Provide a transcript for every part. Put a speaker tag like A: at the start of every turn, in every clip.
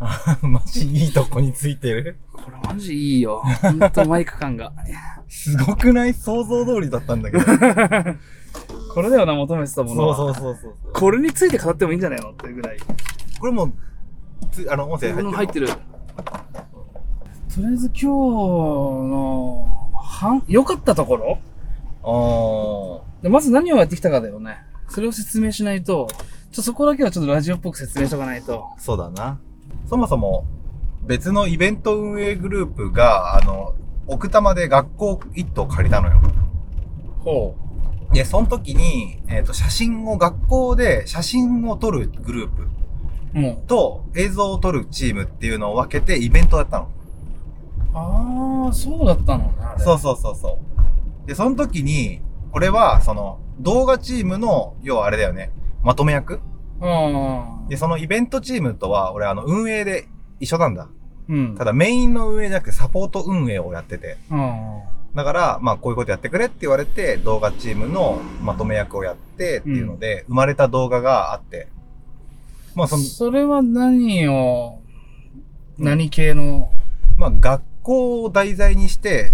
A: あ マジいいとこについてる。
B: これマジいいよ。ほんとマイク感が。
A: すごくない想像通りだったんだ けど。
B: これだよな、求めてたもの
A: そ
B: は。
A: うそうそうそう。
B: これについて語ってもいいんじゃないのっていうぐらい。
A: これもう、つあの、音声
B: うん
A: 入
B: 入
A: っ
B: ってて
A: る。
B: る。とりあえず今日の、はん、良かったところ
A: あー。
B: でまず何をやってきたかだよね。それを説明しないと、ちょそこだけはちょっとラジオっぽく説明しとかないと。
A: そうだな。そもそも、別のイベント運営グループが、あの、奥多摩で学校一棟借りたのよ。
B: ほ
A: で、その時に、えっ、と、写真を、学校で写真を撮るグループ
B: う。も
A: と映像を撮るチームっていうのを分けてイベントだったの。
B: う。ああ、そうだったのね。あれ
A: そうそうそうそう。で、その時に、俺は、その、動画チームの、要はあれだよね、まとめ役
B: うん。
A: で、そのイベントチームとは、俺、あの、運営で一緒なんだ。
B: うん。
A: ただ、メインの運営じゃなくて、サポート運営をやってて。
B: うん。
A: だから、まあ、こういうことやってくれって言われて、動画チームのまとめ役をやってっていうので、生まれた動画があって。まあ、その、
B: それは何を、何系の、
A: まあ、学校を題材にして、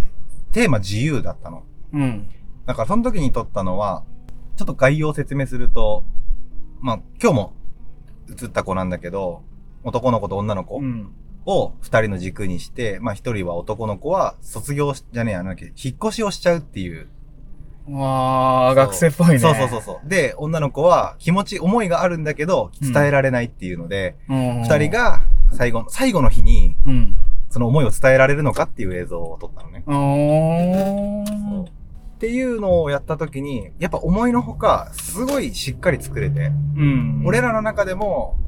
A: テーマ自由だったの。
B: うん。
A: だからその時に撮ったのは、ちょっと概要を説明すると、まあ今日も映った子なんだけど、男の子と女の子
B: うん。
A: を二人の軸にして、まあ一人は男の子は卒業し、じゃねえや、なんだっけ、引っ越しをしちゃうっていう。
B: わ
A: そ
B: あ、
A: う
B: 学生っぽいね。
A: そうそうそうそう。で、女の子は気持ち、思いがあるんだけど、伝えられないっていうので、
B: うん。
A: 二、人が最後の、最後の日に、
B: うん。
A: その思いを伝えられるのかっていう映像を撮ったのね。
B: あー
A: っていうのをやった時に、やっぱ思いのほか、すごいしっかり作れて、
B: うん。
A: 俺らの中でも、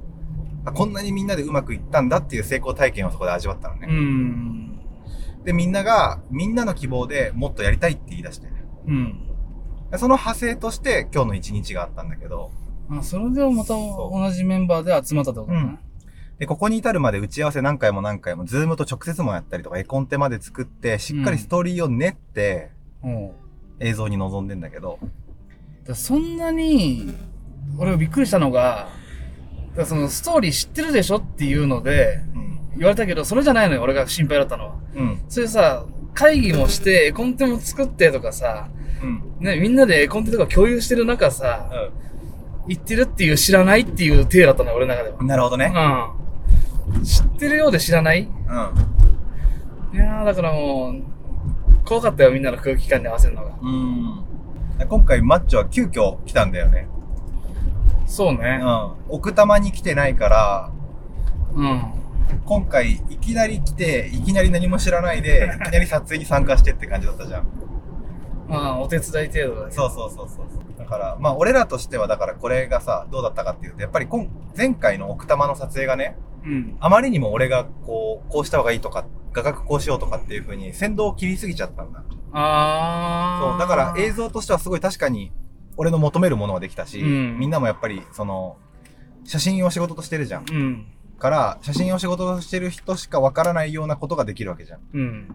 A: あこんなにみんなでうまくいったんだっていう成功体験をそこで味わったの
B: う
A: ね。
B: ん。
A: で、みんなが、みんなの希望でもっとやりたいって言い出して、ね、
B: うん。
A: でその派生として今日の一日があったんだけど、
B: あ、それでもまた
A: そ
B: 同じメンバーで集まったってことね。
A: で、ここに至るまで打ち合わせ何回も何回も、ズームと直接もやったりとか、絵コンテまで作って、しっかりストーリーを練って、
B: うん。だか
A: 映像に臨んでんだけど、
B: らそんなに、俺びっくりしたのが、だからそのストーリー知ってるでしょっていうので、
A: うん。
B: 言われたけど、それじゃないのよ、俺が心配だったのは。
A: うん。
B: それさ、会議もして、絵コンテも作ってとかさ、
A: うん。
B: ね、みんなで絵コンテとか共有してる中さ、言ってるっていう知らないっていう体だったのよ、俺の中では。
A: なるほどね。
B: うん。知ってるようで知らない
A: う
B: いやー、だからもう、怖かったよ、みんなの空気感に合わせるのが。
A: ん。うん。今回、マッチョは急遽来たんだよね。
B: そう
A: う
B: ね。
A: ん。奥多摩に来てないから、
B: うん。
A: 今回いきなり来ていきなり何も知らないでい きなり撮影に参加してって感じだったじゃん
B: まあ、お手伝い程度だけど。
A: そうそうそうそうだからまあ俺らとしてはだからこれがさどうだったかっていうとやっぱり今前回の奥多摩の撮影がね
B: うん。
A: あまりにも俺がこうこうした方がいいとか画角こうしようとかっていう風に先導を切りすぎちゃったんだ
B: あー。
A: そうだから映像としてはすごい確かに俺の求めるものはできたし、
B: うん
A: みんなもやっぱりその写真を仕事としてるじゃん
B: うん。
A: から写真を仕事としてる人しかわからないようなことができるわけじゃん
B: うん。
A: だ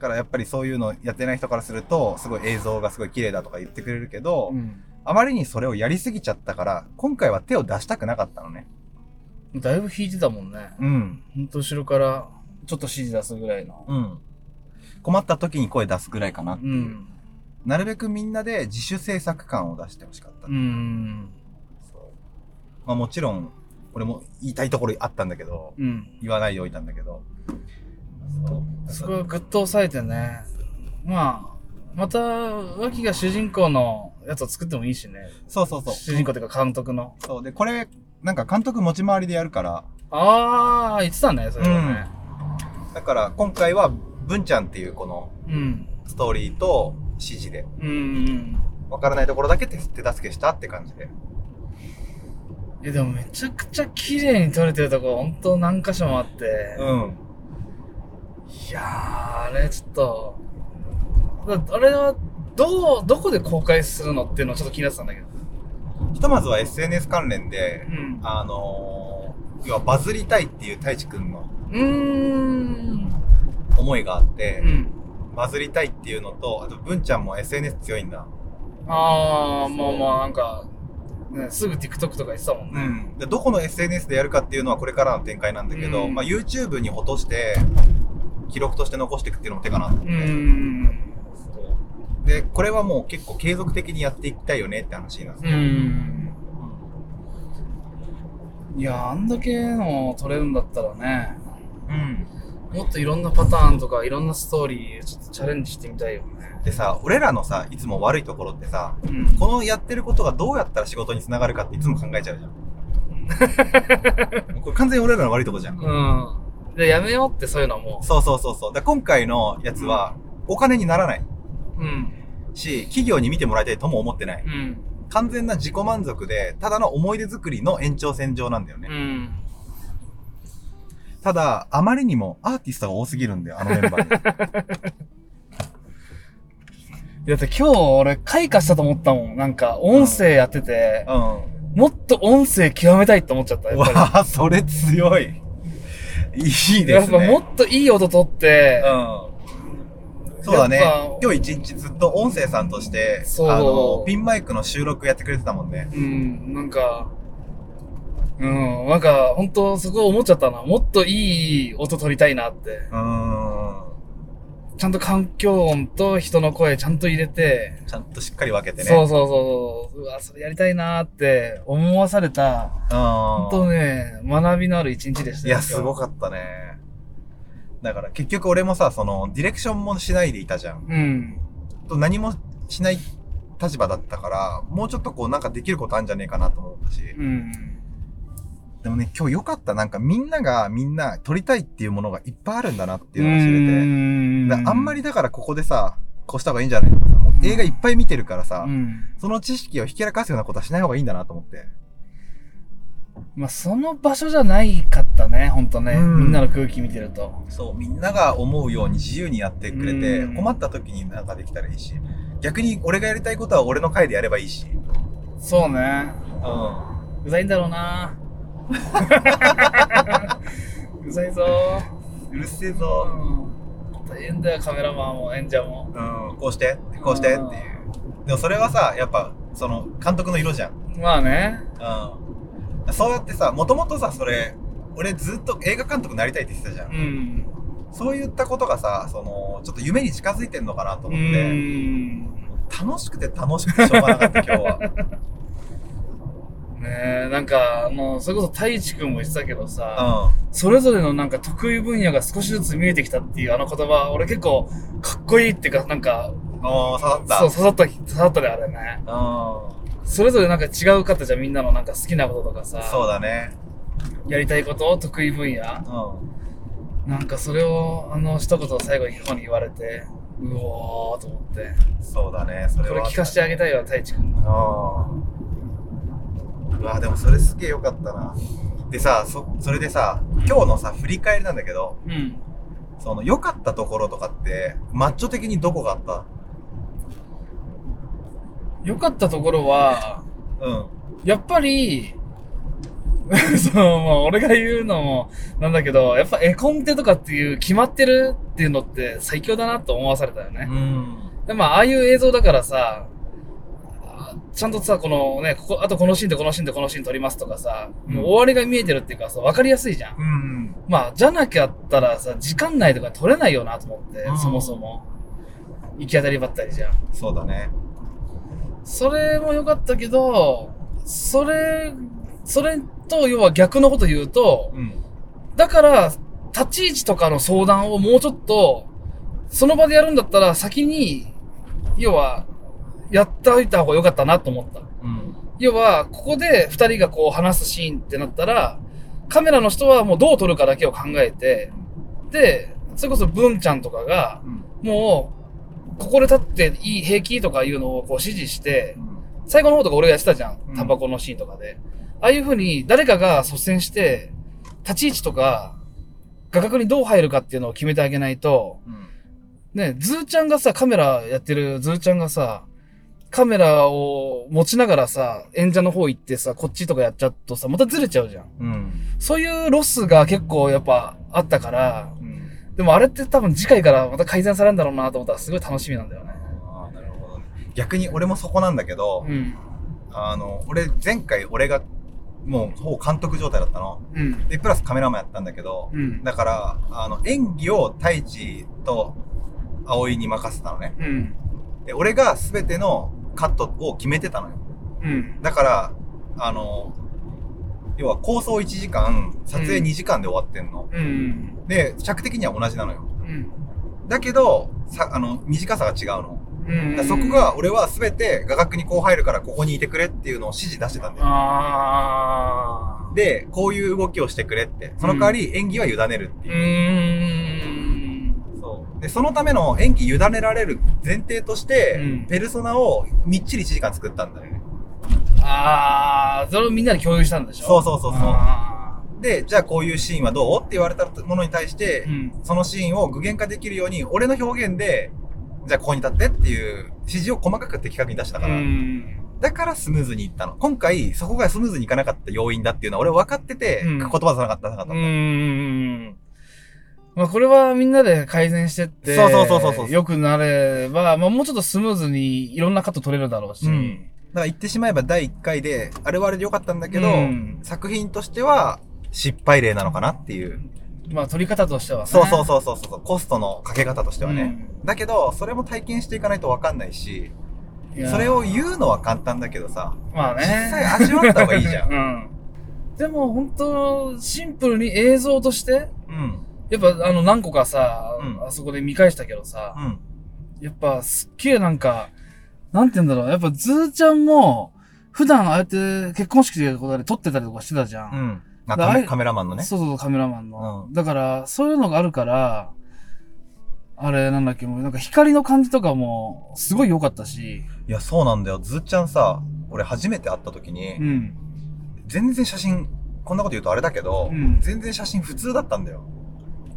A: からやっぱりそういうのやってない人からするとすごい映像がすごい綺麗だとか言ってくれるけど、
B: うん。
A: あまりにそれをやりすぎちゃったから今回は手を出したくなかったのね
B: だいぶ引いてたもんね。
A: うん
B: ほんと後ろから、ちょっと指示出すぐらいの。
A: うん困った時に声出すぐらいかな、
B: うん。
A: なるべくみんなで自主制作感を出してほしかった、
B: うん。
A: そうまあもちろん俺も言いたいところあったんだけど
B: うん。
A: 言わないでおいたんだけど
B: そこはぐっと抑えてね。まあ、また、脇が主人公のやつを作ってもいいしね。
A: そうそうそう
B: 主人公っていうか監督の。
A: そうでこれなんか監督持ち回りでやるから
B: ああ、言ってたね、それはね。
A: だから今回は文ちゃんっていうこの
B: うん。
A: ストーリーと指示で
B: うん。うん
A: わからないところだけ手手助けしたって感じで
B: え、でもめちゃくちゃ綺麗に撮れてるとこ、ほんと何箇所もあって。
A: ん
B: いやー、あれちょっと、だあれは、どう、どこで公開するのっていうのをちょっと気になってたんだけど。
A: ひとまずは SNS 関連で
B: うん。
A: あのー、要はバズりたいっていう太一くんの
B: うーん。
A: 思いがあって
B: う、ん。
A: バズりたいっていうのとあと文ちゃんも SNS 強いんだ
B: あー、まあまあ、なんか、ねすぐ TikTok とか言ってたもん
A: う
B: ね。
A: ん、でどこの SNS でやるかっていうのはこれからの展開なんだけど、
B: うん
A: まあ、YouTube に落として記録として残していくっていうのも手かなと思って
B: うーん。
A: でこれはもう結構継続的にやっていきたいよねって話なんです
B: うーん。いや、あんだけの撮れるんだったらね、
A: うん
B: もっといろんなパターンとかいろんなストーリーちょっとチャレンジしてみたいよね。
A: でさ俺らのさいつも悪いところってさ
B: うん。
A: このやってることがどうやったら仕事につながるかっていつも考えちゃうじゃん これ完全に俺らの悪いとこじゃん、
B: うん。で、やめようってそういうのはも。
A: そうそうそうそうだから今回のやつはお金にならないう
B: うん。
A: し企業に見てもらいたいとも思ってない
B: うん。
A: 完全な自己満足でただの思い出作りの延長線上なんだよね、
B: うん。
A: ただあまりにもアーティストが多すぎるんだよあのメンバ ーに
B: いやだって今日俺開花したと思ったもん。なんか音声やってて、
A: うん
B: もっと音声極めたいって思っちゃった。やっぱり
A: わあ、それ強い。いいですね。
B: やっぱもっといい音とって、
A: うん。そうだね
B: やっぱ。
A: 今日一日ずっと音声さんとして、
B: そう
A: あの、ピンマイクの収録やってくれてたもんね。
B: うん、なんか、うん、なんか本当そこ思っちゃったな。もっといい音取りたいなって。
A: うーん。
B: ちゃんと環境音と人の声ちゃんと入れて、
A: ちゃんとしっかり分けてね。
B: そううそうそうそう、うわ、それやりたいなって思わされた、本当
A: ん。
B: ね、学びのある一日でした
A: いや、すご
B: く。
A: かったね。だから結局俺もさ、その、ディレクションもしないでいたじゃん。
B: うん。
A: と何もしない立場だったから、もうちょっとこうなんかできることあるんじゃねえかなと思ったし。
B: うん。
A: でもね、今日よかった。なんかみんながみんな撮りたいっていうものがいっぱいあるんだなっていうのを知れて。
B: れ
A: だあんまりだからここでさ、こうした方がいいんじゃないとかさ、もう映画いっぱい見てるからさ、
B: うん。
A: その知識をひけらかすようなことはしない方がいいんだなと思って。
B: まあ、その場所じゃないかったね、ほんとね。
A: うん
B: みんなの空気見てると。
A: そう、みんなが思うように自由にやってくれて、
B: うん
A: 困った時になんかできたらいいし、逆に俺がやりたいことは俺の回でやればいいし。
B: そうね。
A: うん。
B: うざいんだろ うなうざいぞ
A: うるせえ
B: う
A: ぞ。
B: ん大変だよ、カメラマンも演者も。
A: うん、こうして、こうしてっていう。でもそれはさ、やっぱ、その、監督の色じゃん。
B: まあね。
A: うん。そうやってさ、もともとさ、それ、俺ずっと映画監督になりたいって言ってたじゃん
B: う。ん。
A: そういったことがさ、その、ちょっと夢に近づいてんのかなと
B: う
A: 思って、
B: ん。
A: 楽しくて楽しくてしょうがなかった、今日は。
B: ねえ、なんか、あの、それこそ太一くんも言ってたけどさ、
A: う
B: それぞれのなんか得意分野が少しずつ見えてきたっていうあの言葉、俺結構かっこいいっていうか、なんか、
A: ん。おー、刺さった。
B: そう、刺さった、刺さったであれね。それぞれなんか違う方じゃんみんなのなんか好きなこととかさ
A: うん。、そうだね。
B: やりたいこと、得意分野
A: う。ん。
B: なんかそれをあの一言最後に方に言われてうおーと思って
A: そうだね、それ
B: こ
A: は。
B: れ聞かせてあげたいわ太一く
A: う
B: ん
A: ん。うわ、でもそれすげえよかったな。でさ、そ、それでさ、今日のさ、振り返りなんだけど、
B: うん
A: その、良かったところとかって、マッチョ的にどこがあっ
B: 良かったところは
A: たうん。
B: やっぱり そのもう俺が言うのもなんだけどやっぱ絵コンテとかっていう決まってるっていうのって最強だなと思わされたよね、
A: ん。
B: でまあああいう映像だからさあちゃんとさこのねここあとこのシーンとこのシーンとこのシーン撮りますとかさ、もう終わりが見えてるっていうかさ分かりやすいじゃん
A: うん。
B: まあ、じゃなきゃったらさ、時間内とか取れないよなと思って、
A: うん
B: そもそも。行き当たりばったりじゃん。
A: そうだね。
B: それも良かったけど、それ、それと、要は逆のこと言うと、
A: うん。
B: だから、立ち位置とかの相談をもうちょっと、その場でやるんだったら先に、要は、やっておいた方が良かったなと思った。
A: うん。
B: 要は、ここで二人がこう話すシーンってなったら、カメラの人はもうどう撮るかだけを考えて、で、それこそ文ちゃんとかが、もう、ここで立っていい、平気とかいうのをこう指示して、最後の方とか俺がやってたじゃ。
A: うんん
B: タバコのシーンとかで。ああいう風に誰かが率先して、立ち位置とか、画角にどう入るかっていうのを決めてあげないと、
A: うん。
B: ね、ズーちゃんがさ、カメラやってるズーちゃんがさ、カメラを持ちながらさ、演者の方行ってさ、こっちとかやっちゃうとさ、またずれちゃうじゃん。
A: うん。
B: そういうロスが結構やっぱあったから、
A: うん
B: でもあれって多分次回からまた改善されるんだろうなと思ったらすごい楽しみなんだよね。
A: ああ、なるほどね。逆に俺もそこなんだけど、
B: うん。
A: あの、俺、前回俺が、もう、ほぼ監督状態だったの。
B: うん。
A: で、プラスカメラマンやったんだけど、
B: うん。
A: だから、あの、演技を太一と葵に任せたのね。
B: うん。
A: で、俺が全てのカットを決めてたのよ。
B: うん。
A: だから、あの、要は構想1時間、撮影2時間で終わってんの。
B: うん。
A: で、尺的には同じなのよ。
B: うん。
A: だけど、さ、あの、短さが違うの。だからそこが、俺は全て画角にこう入るからここにいてくれっていうのを指示出してたんだよ。
B: あー。
A: で、こういう動きをしてくれって。その代わり演技は委ねるって
B: う
A: いう。
B: ーん。
A: そう。で、そのための演技委ねられる前提として、
B: うん
A: ペルソナをみっちり1時間作ったんだよね。
B: あー、それをみんなで共有したんでしょ
A: そうそうそうそう
B: あ
A: で、じゃあこういうシーンはどうって言われたものに対して、
B: ーうん。
A: そのシーンを具現化できるように、俺の表現で、じゃあここに立ってっていう指示を細かく的確に出した
B: だ
A: から、だからスムーズにいったの。今回、そこがスムーズにいかなかった要因だっていうのは俺分かってて、
B: うん
A: 言葉出さなかったなかった
B: うーん。まあこれはみんなで改善してって、
A: そうそうそうそうそう
B: 良くなれば、まあもうちょっとスムーズにいろんなカット取れるだろうし。
A: うんだから言ってしまえば第1回で、あれはあれで良かったんだけど、
B: うん
A: 作品としては失敗例なのかなっていう。
B: まあ取り方としては、ね。
A: そうそうそうそうそう、コストのかけ方としてはね。
B: うん
A: だけど、それも体験していかないと分かんないし、
B: いや
A: それを言うのは簡単だけどさ、
B: まあね。
A: 実際味わった方がいい じゃん。
B: うん。でも本当、シンプルに映像として、
A: うん。
B: やっぱあの何個かさ、
A: うん
B: あそこで見返したけどさ、
A: うん。
B: やっぱすっげえなんか、なんて言うんだろう、やっぱズーちゃんも、普段ああやって結婚式でこうで撮ってたりとかしてたじゃん。
A: うん。あ
B: だ
A: カ
B: からあ
A: メ
B: れ
A: カメラマンのね。
B: そうそうそう、カメラマンの。
A: う
B: だから、そういうのがあるから、あれなんだっけ、もうなんか光の感じとかも、すごい良かったし、
A: いや、そうなんだよ。ずーちゃんさ、俺初めて会った時に、
B: うん。
A: 全然写真、こんなこと言うとあれだけど、
B: うん
A: 全然写真普通だったんだよ。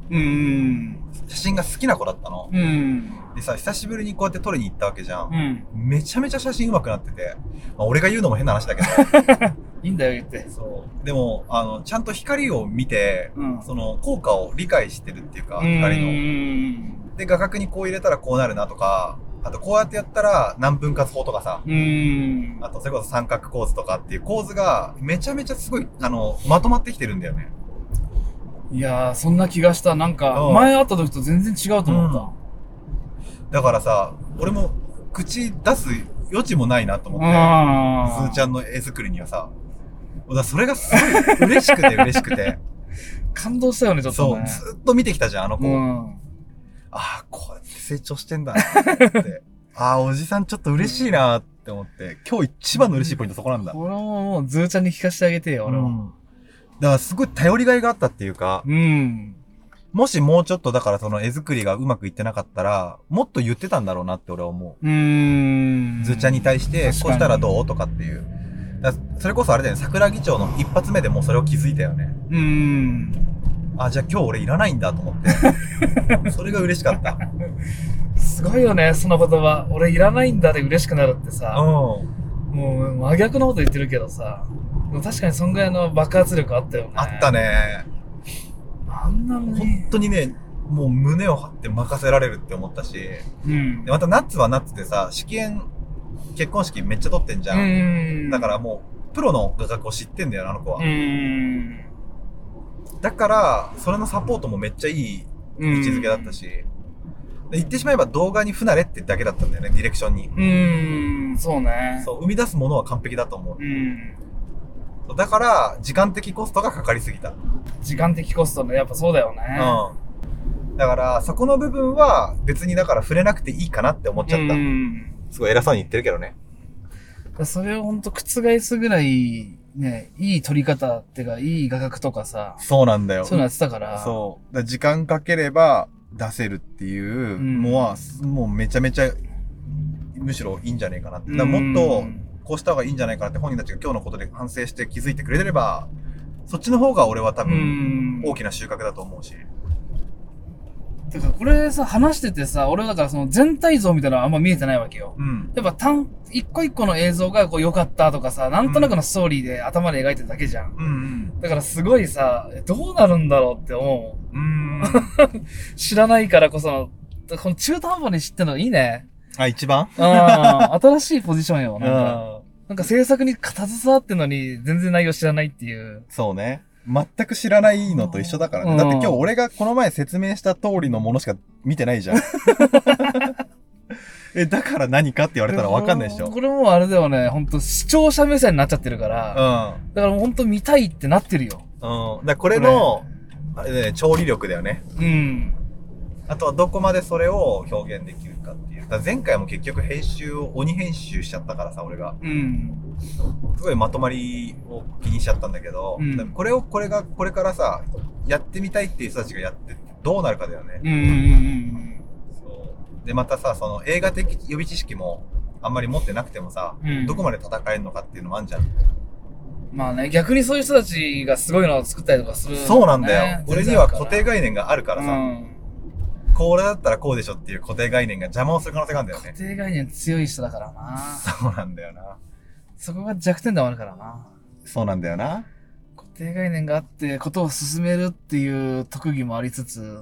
B: うん。
A: 写真が好きな子だったの。
B: うん。
A: でさ、久しぶりにこうやって撮りに行ったわけじゃ。
B: うんん。
A: めちゃめちゃ写真上手くなってて、まあ、俺が言うのも変な話だけ ど、
B: いいんだよ、言って。
A: そう。でも、あの、ちゃんと光を見て、
B: うん
A: その効果を理解してるっていうか、
B: うん
A: 光の。で、画角にこう入れたらこうなるなとか、あとこうやってやったら何分割法とかさ、
B: うん。
A: あと、それこそ三角構図とかっていう構図が、めちゃめちゃすごい、あの、まとまってきてるんだよね。
B: いやー、そんな気がした。なんか
A: う、ん
B: 前会った時と全然違うと思っ
A: だからさ、俺も、口出す余地もないなと
B: た。
A: 思
B: う
A: って、
B: ん。
A: すーちゃんの絵作りにはさ、だからそれがすごい嬉しくて嬉しくて、
B: 感動した よね、ちょっ
A: そ
B: と
A: う、
B: ね。
A: ずっと見てきたじゃん、あの子。
B: うん。
A: ああ、こうやって成長してんだなって思って。ああ、おじさんちょっと嬉しいなって思って、今日一番の嬉しいポイントそこなんだ。
B: これももう、ズーちゃんに聞かせてあげてよ、俺
A: う
B: は。
A: んだからすごい頼りがいがあったっていうか、
B: うん。
A: もしもうちょっとだからその絵作りがうまくいってなかったら、もっと言ってたんだろうなって俺は思
B: うー
A: う。
B: ん。
A: ずーちゃんに対して、こう
B: 確かに
A: したらどうとかっていう。だそれこそあれだよね、桜木町の一発目でもうそれを気づいたよね。
B: うん。
A: あ、じゃあ今日俺いらないんだと思って。それが嬉しかった。
B: すごいよね、その言葉。俺いらないんだで嬉しくなるってさ、
A: うん。
B: もう真逆のこと言ってるけどさ、でも確かにそんぐらいの爆発力あったよね。
A: あった。ね。
B: あんなの
A: 本
B: に。
A: 当にね、もう胸を張って任せられるって思ったし。で、
B: うん。
A: またナッツはナッツでさ、式演、結婚式めっちゃ撮ってんじゃん。
B: うん。
A: だから、もう、プロの画角を知ってんだよな、あの子は。
B: うん。
A: だから、それのサポートもめっちゃいい
B: 位
A: 位置づけだった。し、で言ってしまえば動画に不慣れってだけだったんだよね、ディレクションに。
B: うん、そうね。
A: そう、生み出すものは完璧だと思う。
B: うん。
A: そうだから、時間的コストがかかりすぎた。うん。
B: 時間的コストね、やっぱそうだよね。
A: だから、そこの部分は別にだから触れなくていいかなって思っちゃった。
B: うん。
A: すごい偉そうに言ってるけどね。
B: それをほんと覆すぐらい、ね、いい撮り方ってか、いい画角とかさ、
A: そうなんだよ
B: そういうのやってたから。
A: そう。だから時間かければ出せるっていうのは、もうめちゃめちゃ、むしろいいんじゃねえかなって。だからもっと
B: うん
A: こうした方がいいんじゃないかなって本人たちが今日のことで反省して気づいてくれれば、そっちの方が俺は多
B: う
A: 分
B: ん。
A: 大きな収穫だと思うし。
B: てか、これさ、話しててさ、俺はだからその全体像みたいなのはあんま見えてないわけよ。
A: うん。
B: やっぱ単、一個一個の映像がこう良かったとかさ、なんとなくのストーリーで頭で描いてるだけじゃん。
A: うん
B: だからすごいさ、えどうなるんだろうって思う。
A: うん。うん。
B: 知らないからこその、この中途半端に知ってるのいいね。
A: あ、一番
B: ああ、新しいポジションよ、なんか。
A: う
B: なんか制作に携わってんのに全然内容知らないっていう。
A: そうね。全く知らないのと一緒だからね。
B: うん
A: だって今日俺がこの前説明した通りのものしか見てないじゃん。 え、だから何かって言われたらわかんないでしょ。うん。
B: これもうあれだよね、ほんと視聴者目線になっちゃってるから、
A: う
B: だからもうほんと見たいってなってるよ。
A: ん。だからこれの、あれだね、調理力だよね。
B: うん。
A: あとはどこまでそれを表現できるかっていう。だから前回も結局編集を鬼編集しちゃったからさ、俺が。
B: うん。
A: すごいまとまりを気にしちゃったんだけど、
B: うん
A: だからこれを、これが、これからさ、やってみたいっていう人たちがやって、どうなるかだよね。
B: うんうんうん
A: そうでまたさその映画的予備知識もあんまり持ってなくてもさ、
B: うん。うん。
A: どこまで戦えるのかっていうのもあるじゃん、
B: まあね、逆にそういう人たちがすごいのを作ったりとかする、
A: そうなんだよ
B: ね
A: 俺には固定概念があるからさ、
B: うん
A: これだったらこうでしょっていう固定概念が邪魔をする可能性があるんだよ
B: 固
A: ね
B: 定概念強い人だからな。
A: そうなんだよな
B: そこが弱点でもあるからな。
A: そうなんだよな
B: 固定概念があって、ことを進めるっていう特技もありつつ、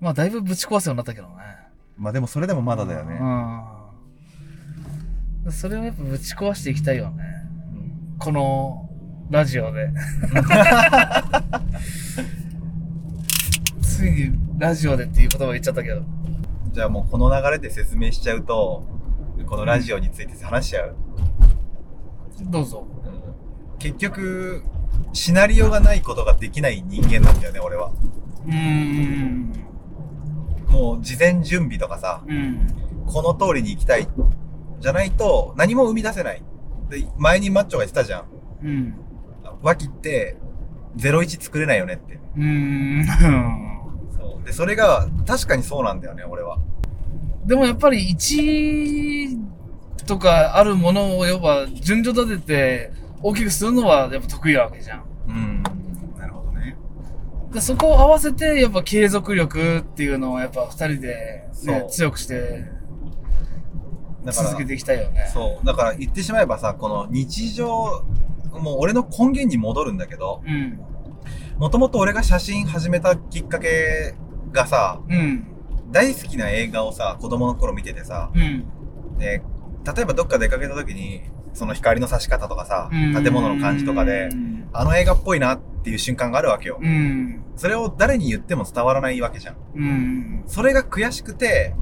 B: まあ、だいぶぶち壊すようになったけどね。
A: まあでもそれでもまだだよね、
B: うん。それをやっぱぶち壊していきたいよね。このラジオ で。ついにラジオでっていう言葉言っちゃったけど。
A: じゃあもうこの流れで説明しちゃうとこのラジオについて話しちゃう、
B: どうぞ。
A: 結局シナリオがないことができない人間なんだよね俺は
B: うーん。
A: もう事前準備とかさ、
B: うん。
A: この通りに行きたい。じゃないと、何も生み出せない。で、前にマッチョが言ってたじゃん。
B: うん。
A: 脇って、01作れないよねって。
B: うーん。
A: そう。で、それが、確かにそうなんだよね、俺は。
B: でもやっぱり1とかあるものを、要は順序立てて大きくするのはやっぱ得意なわけじゃん。
A: うん。なるほどね。
B: でそこを合わせて、やっぱ継続力っていうのをやっぱ二人で、
A: そ
B: ね
A: う、
B: 強くして
A: だから、
B: 続けていきたいよね。
A: そう。だから言ってしまえばさ、この日常、もう俺の根源に戻るんだけど、
B: うん。
A: もともと俺が写真始めたきっかけがさ、
B: うん。
A: 大好きな映画をさ、子供の頃見ててさ、
B: うん。
A: で、例えばどっか出かけた時に、その光の差し方とかさ、
B: うん
A: 建物の感じとかで、
B: うん。
A: あの映画っぽいなっていう瞬間があるわけよ
B: う。ん。
A: それを誰に言っても伝わらないわけじゃん。
B: うん。
A: それが悔しくて、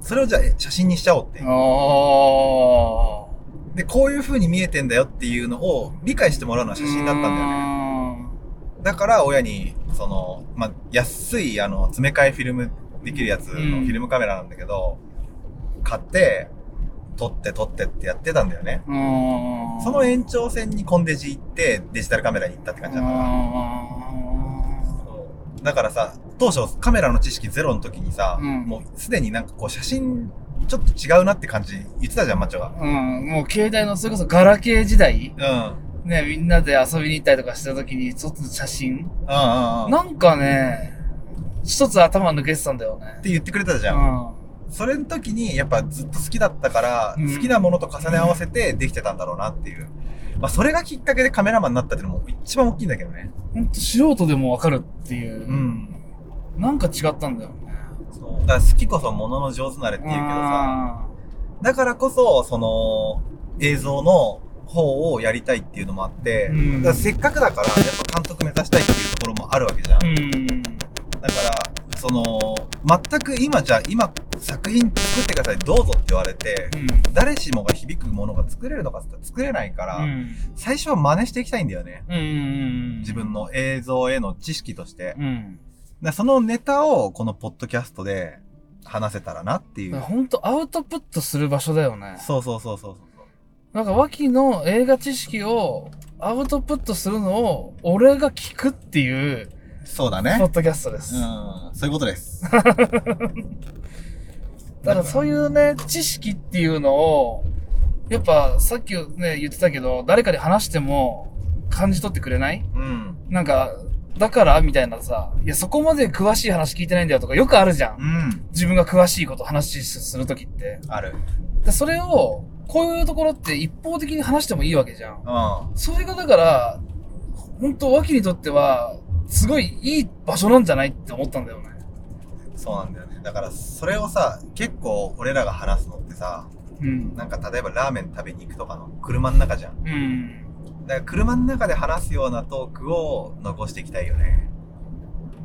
A: それをじゃあ写真にしちゃおうって
B: あ。あ。
A: で、こういう風に見えてんだよっていうのを理解してもらうのは写真だったんだよね。
B: ね。
A: だから親に、その、まあ、安い、あの、詰め替えフィルムできるやつのフィルムカメラなんだけど、買って、撮って撮ってってやってたんだよね。
B: うん。
A: その延長線にコンデジ行ってデジタルカメラに行ったって感じだから。だからさ、当初カメラの知識ゼロの時にさ、
B: うん
A: もうすでになんかこう写真ちょっと違うなって感じ言ってたじゃん、マッチョ
B: うん、もう携帯の、それこそガラケー時代
A: が。うん。
B: ね、みんなで遊びに行ったりとかした時に、ちょっと写真
A: うんうんうん。っ
B: なんかね、一つ頭抜けてたんだよね。
A: て言ってくれたじ
B: う
A: ゃん。
B: ん。
A: それの時にやっぱずっと好きだったから、
B: うん
A: 好きなものと重ね合わせてできてたんだろうなっていう。まあそれがきっかけでカメラマンになったっていうのも一番大きいんだけどね。
B: ほんと素人でもわかるっていう、
A: ん。
B: なんか違ったんだよね。
A: そう。だから好きこそものの上手なれって言うけどさ、だからこそ、その映像の方をやりたいっていうのもあって、
B: うん
A: だからせっかくだからやっぱ監督目指したいっていうところもあるわけじゃん。
B: うん。
A: だから、その、全く今じゃ、今作品作ってください、どうぞって言われて、
B: うん。
A: 誰しもが響くものが作れるのかって言ったら作れないから、
B: うん。
A: 最初は真似していきたいんだよね。
B: うん。
A: 自分の映像への知識として。だか
B: うん。
A: らそのネタをこのポッドキャストで話せたらなっていう。
B: ほんとアウトプットする場所だよね。
A: そうそうそうそうそう。
B: なんか、脇の映画知識をアウトプットするのを、俺が聞くっていう、
A: そうだ
B: ポッ
A: ね。
B: ドキャストです。
A: うん、そういうこと です。
B: だからそういうね、知識っていうのを、やっぱさっきね、言ってたけど、誰かに話しても感じ取ってくれない
A: うん。
B: なんか、だからみたいなさ、いや、そこまで詳しい話聞いてないんだよとかよくあるじゃん。
A: うん。
B: 自分が詳しいこと話しするときって。
A: ある。
B: で、それを、こういうところって一方的に話してもいいわけじゃん。
A: う
B: それがだから、本当脇にとっては、すごいいい場所なんじゃないって思ったんだよね。
A: ん。そうなんだよね。だから、それをさ、結構俺らが話すのってさ、
B: うん。
A: なんか例えばラーメン食べに行くとかの車の中じゃん。
B: うん。
A: だから車の中で話すようなトークを残していきたいよね。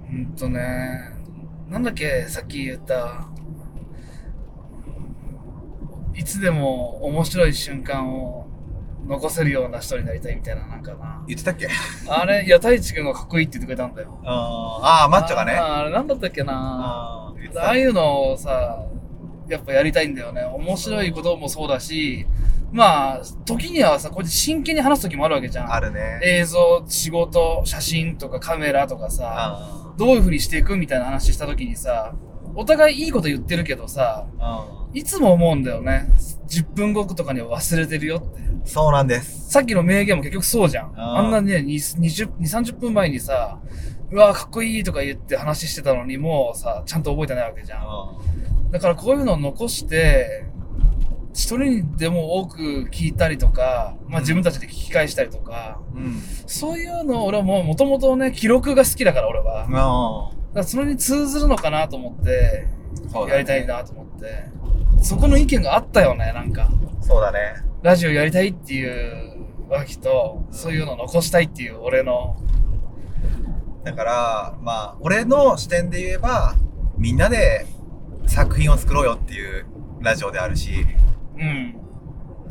B: ほんとね。なんだっけ、さっき言った。いつでも面白い瞬間を残せるような人になりたいみたいな、なんかな。
A: 言ってたっけ
B: あれ、いや、太一君がかっこいいって言ってくれたんだよ。
A: あーあー、マッチョがね。
B: あ
A: あ
B: ーあれ、なんだったっけな。
A: あー、言って
B: あ
A: た
B: あいうのをさ、やっぱやりたいんだよね。面白いこともそうだし、まあ、時にはさ、こうやって真剣に話す時もあるわけじゃん。
A: あるね。
B: 映像、仕事、写真とかカメラとかさ、
A: あ
B: どういう風にしていくみたいな話した時にさ、お互いいいこと言ってるけどさ、
A: ーあ
B: いつも思うんだよね。10分後とかには忘れてるよって。
A: ー。そうなんです。
B: さっきの名言も結局そうじゃん。
A: あー
B: あんなね、20 20 20 30分前にさ、うわーかっこいいとか言って話してたのに、もうさ、ちゃんと覚えてないわけじゃん。
A: あー
B: だからこういうのを残して、一人でも多く聞いたりとか、まあ自分たちで聞き返したりとか、
A: うん。
B: そういうのを俺はもう元々ね、記録が好きだから俺は。だか
A: あ
B: らそれに通ずるのかなと思って、
A: ーそうだね
B: やりたいなと思って。そこの意見があったよね、なんか。
A: そうだね。
B: ラジオやりたいっていう脇と、そういうの残したいっていう俺の。
A: だから、まあ、俺の視点で言えば、みんなで作品を作ろうよっていうラジオであるし、
B: うん。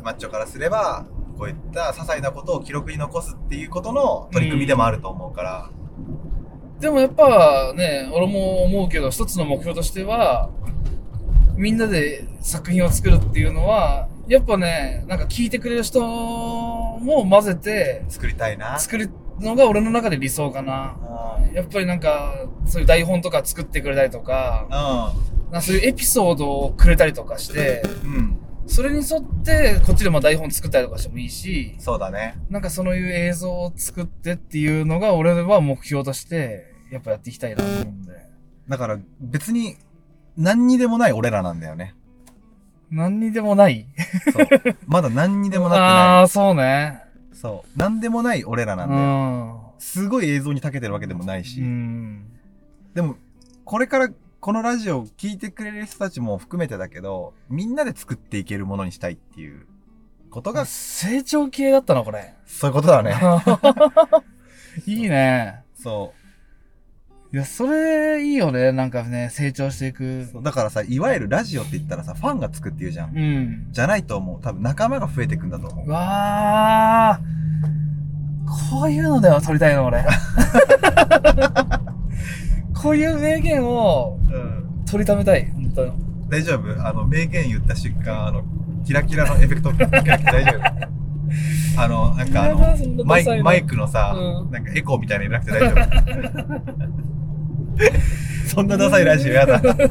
A: マッチョからすれば、こういった些細なことを記録に残すっていうことの取り組みでもあると思うから、
B: でもやっぱね、俺も思うけど、一つの目標としては、みんなで作品を作るっていうのは、やっぱね、なんか聞いてくれる人も混ぜて、
A: 作りたいな。
B: 作るのが俺の中で理想かな。
A: うん。
B: やっぱりなんか、そういう台本とか作ってくれたりとか、なんかそういうエピソードをくれたりとかして、
A: うん。うん。
B: それに沿って、こっちでも台本作ったりとかしてもいいし、
A: そうだね。
B: なんかそういう映像を作ってっていうのが俺は目標として、やっぱやっていきたいなと思うんで。
A: だから、別に、何にでもない俺らなんだよね。
B: 何にでもない
A: そう。まだ何にでもなって
B: あ
A: な
B: あー、そうね。
A: い。そう。何でもない俺ら
B: う
A: なんだよ。
B: ん。
A: すごい映像に長けてるわけでもないうし。
B: ん。
A: でも、これからこのラジオを聞いてくれる人たちも含めてだけど、みんなで作っていけるものにしたいっていうことが、
B: 成長系だったな、これ。
A: そういうことだ ね。
B: いいね。
A: そ
B: いや、それいいよね。なんかね、成長していく
A: う。。そうだからさ、いわゆるラジオって言ったらさ、ファンがつくっていうじゃん。
B: うん。
A: じゃないと思う。多分仲間が増えていくんだと思う。
B: わあ。こういうのでは撮りたいの、 俺。こういう名言を
A: うん。
B: 撮りためたい。本当に。
A: 大丈夫あの、名言言った瞬間、あの、キラキラのエフェクトかけなくて大丈夫 あの、なんかあ
B: やだそん
A: の、
B: な
A: マイ
B: ダサ
A: ク
B: いの
A: マイクのさ、
B: うん
A: なんかエコーみたいなのいなくて大丈夫。 そんなダサいラジオやだ。だか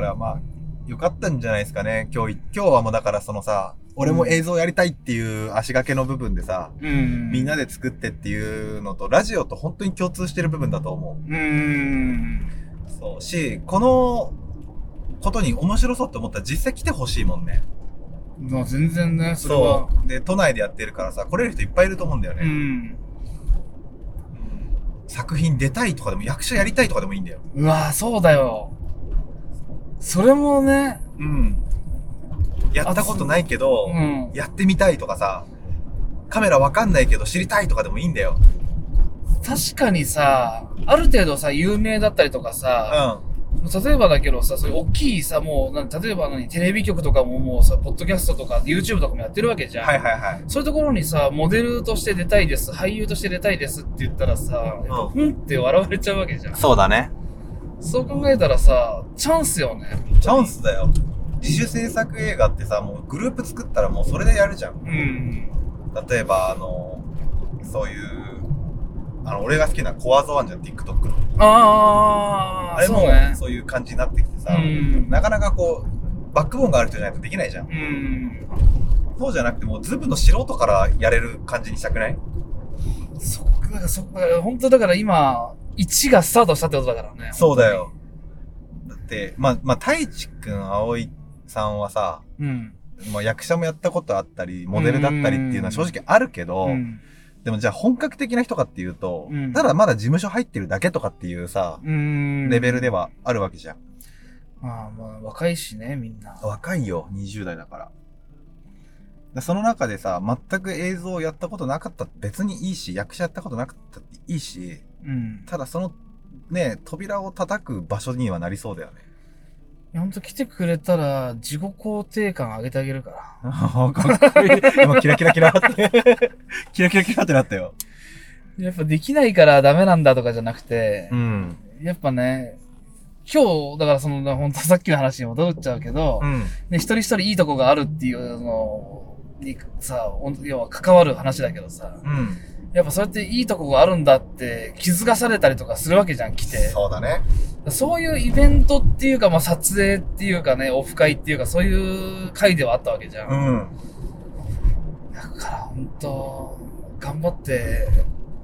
A: らまあ、よかったんじゃないですかね。今日い、今日はもうだからそのさ、俺も映像やりたいっていう足掛けの部分でさ、
B: うん
A: みん。なで作ってっていうのと、ラジオと本当に共通してる部分だと思
B: うん。
A: う。そう。し、このことに面白そうって思ったら実際来てほしいもんね。
B: まあ全然ね、それ
A: そ。
B: は
A: う。で、都内でやってるからさ、来れる人いっぱいいると思うんだよね。
B: うん。
A: 作品出たいとかでも役者やりたいとかでもいいんだよ。
B: うわあ、そうだよ。それもね、
A: うん。やったことないけど、
B: うん。
A: やってみたいとかさ、カメラわかんないけど知りたいとかでもいいんだよ。
B: 確かにさ、ある程度さ、有名だったりとか
A: う
B: さ
A: ん。、あ
B: 例えばだけどさ、そういう大きいさ、もう、なん例えば何、テレビ局とかももうさ、ポッドキャストとか、YouTube とかもやってるわけじゃん。
A: はいはいはい。
B: そういうところにさ、モデルとして出たいです、俳優として出たいですって言ったらさ、
A: うん
B: ふんって笑われちゃうわけじゃん。
A: そうだね。
B: そう考えたらさ、チャンスよね。
A: チャンスだよ。自主制作映画ってさ、もうグループ作ったらもうそれでやるじゃん。
B: うん。
A: 例えば、あの、そういう、あの、俺が好きなコアゾワンじゃん、TikTok の。
B: あ
A: あ
B: あ、
A: れ
B: そう
A: も
B: ね。
A: そういう感じになってきてさ、
B: うん
A: なかなかこう、バックボーンがある人じゃないとできないじゃん。
B: うん。
A: そうじゃなくてもうズブの素人からやれる感じにしたくない
B: そっか、だからそっか、本当だから今、1がスタートしたってことだからね。
A: そうだよ。だって、まあ、まあ、太一くん、葵さんはさ、
B: うん。
A: まあ、役者もやったことあったり、モデルだったりっていうのは正直あるけど、
B: うん。
A: でもじゃあ本格的な人かっていうと、
B: うん
A: ただまだ事務所入ってるだけとかっていうさ、
B: うん。
A: レベルではあるわけじゃん。
B: まあまあ、若いしね、みんな。
A: 若いよ、20代だから。でその中でさ、全く映像をやったことなかったって別にいいし、役者やったことなかったっていいし、
B: うん。
A: ただその、ね、扉を叩く場所にはなりそうだよ ね。
B: いやほんと来てくれたら、自己肯定感上げてあげるから。
A: あーかっこいい。今、キラキラキラって。キラキラキラってなったよ。
B: やっぱできないからダメなんだとかじゃなくて、
A: ん。
B: やっぱね、今日、だからその、本当さっきの話に戻っちゃうけど、
A: うん。
B: ね、一人一人いいとこがあるっていうのにさ、ほん要は関わる話だけどさ、
A: うん。
B: やっぱそうやっていいとこがあるんだって気づかされたりとかするわけじゃん、来て。
A: そうだね。
B: そういうイベントっていうか、まあ、撮影っていうかね、オフ会っていうか、そういう会ではあったわけじゃん。
A: うん。
B: だから、本当頑張って、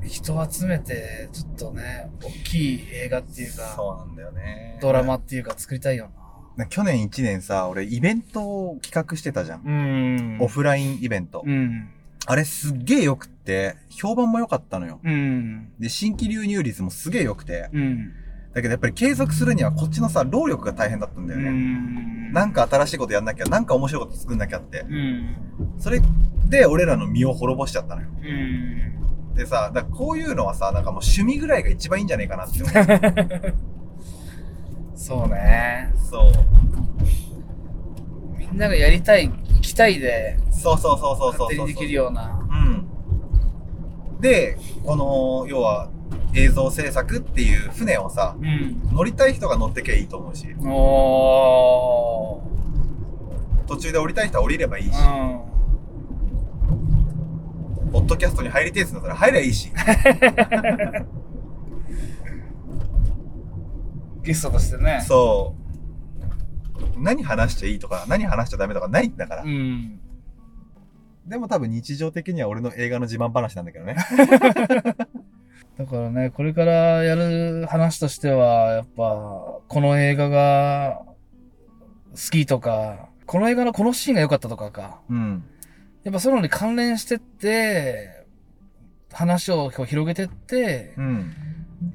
B: 人集めて、ちょっとね、大きい映画っていうか、
A: そうなんだよね。
B: ドラマっていうか作りたいよ
A: な。去年1年さ、俺イベントを企画してたじゃん。
B: な。うん
A: オ。フラインイベント。
B: うん。
A: あれすっげえ良くって、評判も良かったのよ。
B: うん。
A: で、新規流入率もすげえ良くて。
B: うん。
A: だけどやっぱり継続するにはこっちのさ、労力が大変だったんだよね。なん
B: か、
A: か新しいことやんなきゃ、なんか面白いこと作んなきゃって。
B: うん。
A: それで俺らの身を滅ぼしちゃったのよ。
B: うん。
A: でさ、だからこういうのはさ、なんかもう趣味ぐらいが一番いいんじゃないかなって思 う。
B: そうね。
A: そう。
B: みんながやりたい、行きたいで、
A: そうそうそうそうそうそうそう。
B: 勝手にできるような。
A: うん。で、この、要は映像制作っていう船をさ、
B: うん。
A: 乗りたい人が乗ってけばいいと思うし、
B: おー。
A: 途中で降りたい人は降りればいいし、
B: う
A: ポッドキャストに入りてえっつうんだったら入りゃいい し。
B: ん。ゲストとしてね。
A: そう。何話しちゃいいとか、何話しちゃダメとかないんだから。
B: うん。
A: でも多分日常的には俺の映画の自慢話なんだけ どね。
B: だからね、これからやる話としては、やっぱ、この映画が好きとか、この映画のこのシーンが良かったとかか。
A: うん。
B: やっぱそういうのに関連してって、話をこう広げてって
A: う、ん。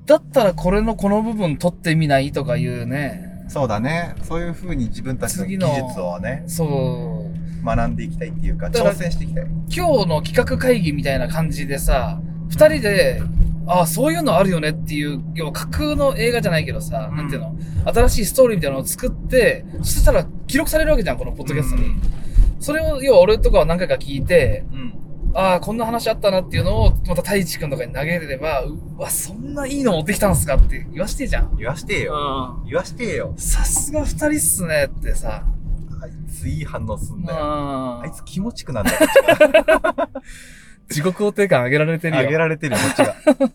B: だったらこれのこの部分撮ってみないとかいうね、
A: そうだね。そういう風に自分たちの技
B: 次の
A: 術をね、
B: そう、
A: 学んでいきたいっていうか、
B: だから
A: 挑戦していきたい。
B: 今日の企画会議みたいな感じでさ、二人で、ああ、そういうのあるよねっていう、要は架空の映画じゃないけどさ、
A: うん
B: なんていうの、新しいストーリーみたいなのを作って、そしたら記録されるわけじゃん、このポッドキャストに。それを、要は俺とかは何回か聞いて、
A: うん。
B: ああ、こんな話あったなっていうのを、また太一くんとかに投げれれば、うわ、そんないいの持ってきたんすかって言わしてえじゃん。
A: 言わしてよ。言わしてよ。
B: さすが二人っすねってさ。
A: あいついい反応すんだよ。
B: あ
A: あ
B: あ
A: いつ気持ちくなん だよ。
B: 自己肯定感上げられてるよ。
A: あげられてるよ、こっちが。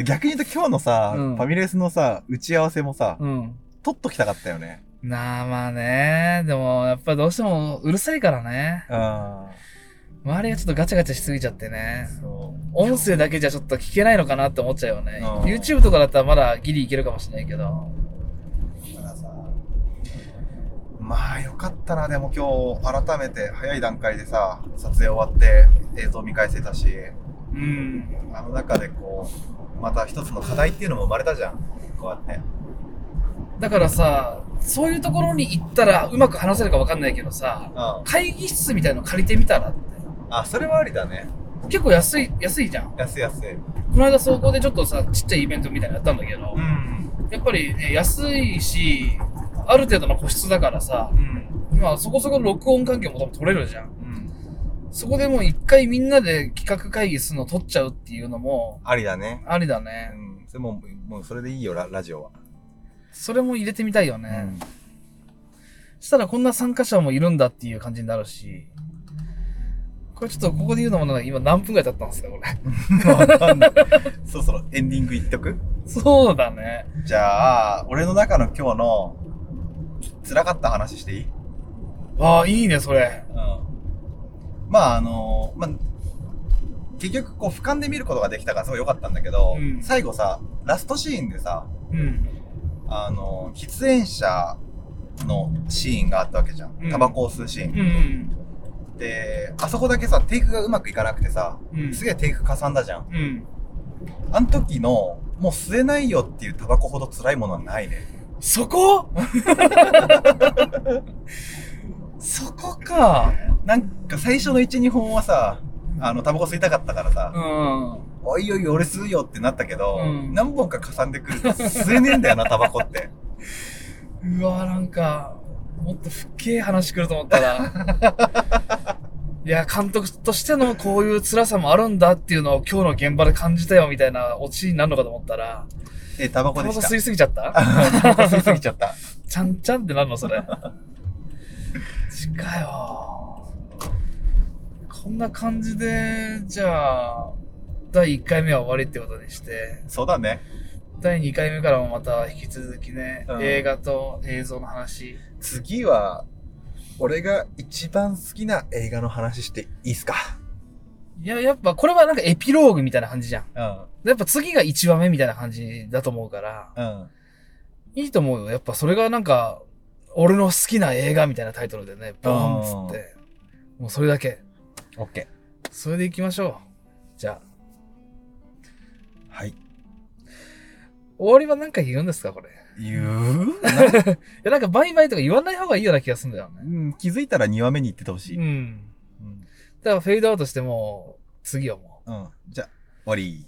A: で逆に言うと今日のさ、
B: うん
A: ファミレスのさ、打ち合わせもさ、
B: うん。
A: 取っときたかったよね。
B: なあまあね。でも、やっぱどうしてもうるさいからね。
A: あ
B: 周りがちょっとガチャガチャしすぎちゃってね。
A: そう。
B: 音声だけじゃちょっと聞けないのかなって思っちゃうよね。
A: うん
B: YouTube とかだったらまだギリいけるかもしれないけど。
A: だからさ、まあよかったな、でも今日改めて早い段階でさ、撮影終わって映像見返せたし、
B: うん。
A: あの中でこう、また一つの課題っていうのも生まれたじゃん。こうやって。
B: だからさ、そういうところに行ったらうまく話せるかわかんないけどさ、
A: うん。
B: 会議室みたいの借りてみたらって。
A: あ、それはありだね。
B: 結構安い、安いじゃん。
A: 安い安い。
B: この間そこでちょっとさ、ちっちゃいイベントみたいなのやったんだけど、
A: ん。
B: やっぱりね、安いし、ある程度の個室だからさ
A: う、ん。
B: まあそこそこ録音環境も多分取れるじゃん。
A: うん。
B: そこでもう一回みんなで企画会議するの取っちゃうっていうのも
A: ありだね。
B: ありだ
A: う
B: ね。
A: ん。それも、もうそれでいいよ、ララジオは。
B: それも入れてみたいよね。したらこんな参加者もいるんだっていう感じになるし。これちょっとここで言うのもなんか今何分ぐらい経ったんですかこれ。
A: わかんない。そろそろエンディングいっとく
B: そうだね。
A: じゃあ、俺の中の今日の辛かった話していい
B: ああ、いいね、それ。
A: まああの、まあ、結局こう俯瞰で見ることができたからすごい良かったんだけど、
B: うん
A: 最後さ、ラストシーンでさ、
B: うん。
A: あの、喫煙者のシーンがあったわけじゃ。
B: うんん
A: タバコを吸うシーン。
B: うん。
A: で、あそこだけさ、テイクがうまくいかなくてさ、
B: うん。
A: すげえテイクかさんだじゃん。
B: うん。
A: あの時の、もう吸えないよっていうタバコほど辛いものはないね。
B: そこ そこか。
A: なんか最初の1、2本はさ、あの、タバコ吸いたかったからさ、
B: うん。
A: おいおい俺吸うよってなったけど、
B: うん
A: 何本か重んでくると吸えねえんだよ な、タバコって。
B: うわなんか、もっとふっけえ話来ると思ったら。 いや、監督としてのこういう辛さもあるんだっていうのを今日の現場で感じたよみたいなオチになるのかと思ったら、
A: え、タバコで
B: タバ
A: し
B: コ
A: た。
B: 吸いすぎちゃった
A: あタバコ 吸いすぎちゃった。
B: ちゃんちゃんってなる のそれ。ちかよ。こんな感じで、じゃあ、第1回目は終わりってことにして、
A: そうだね。
B: 第2回目からもまた引き続きね、
A: うん
B: 映画と映像の話。
A: 次は、俺が一番好きな映画の話していいっすか
B: いや、やっぱこれはなんかエピローグみたいな感じじゃん。
A: うん。
B: やっぱ次が1話目みたいな感じだと思うから、
A: うん。
B: いいと思うよ。やっぱそれがなんか、俺の好きな映画みたいなタイトルでね、ボーンっつって。もうそれだけ。
A: オッケ
B: それで行きましょう。じゃ
A: ー。
B: あ。
A: はい。
B: 終わりは何回言うんですかこれ。い
A: 言う
B: や、なんかバイバイとか言わない方がいいような気がするんだよね。
A: うん、気づいたら2話目に行っててほしい。
B: うん。
A: うん。
B: だからフェードアウトしてもう、次はもう。
A: うん。じゃあ、終わり。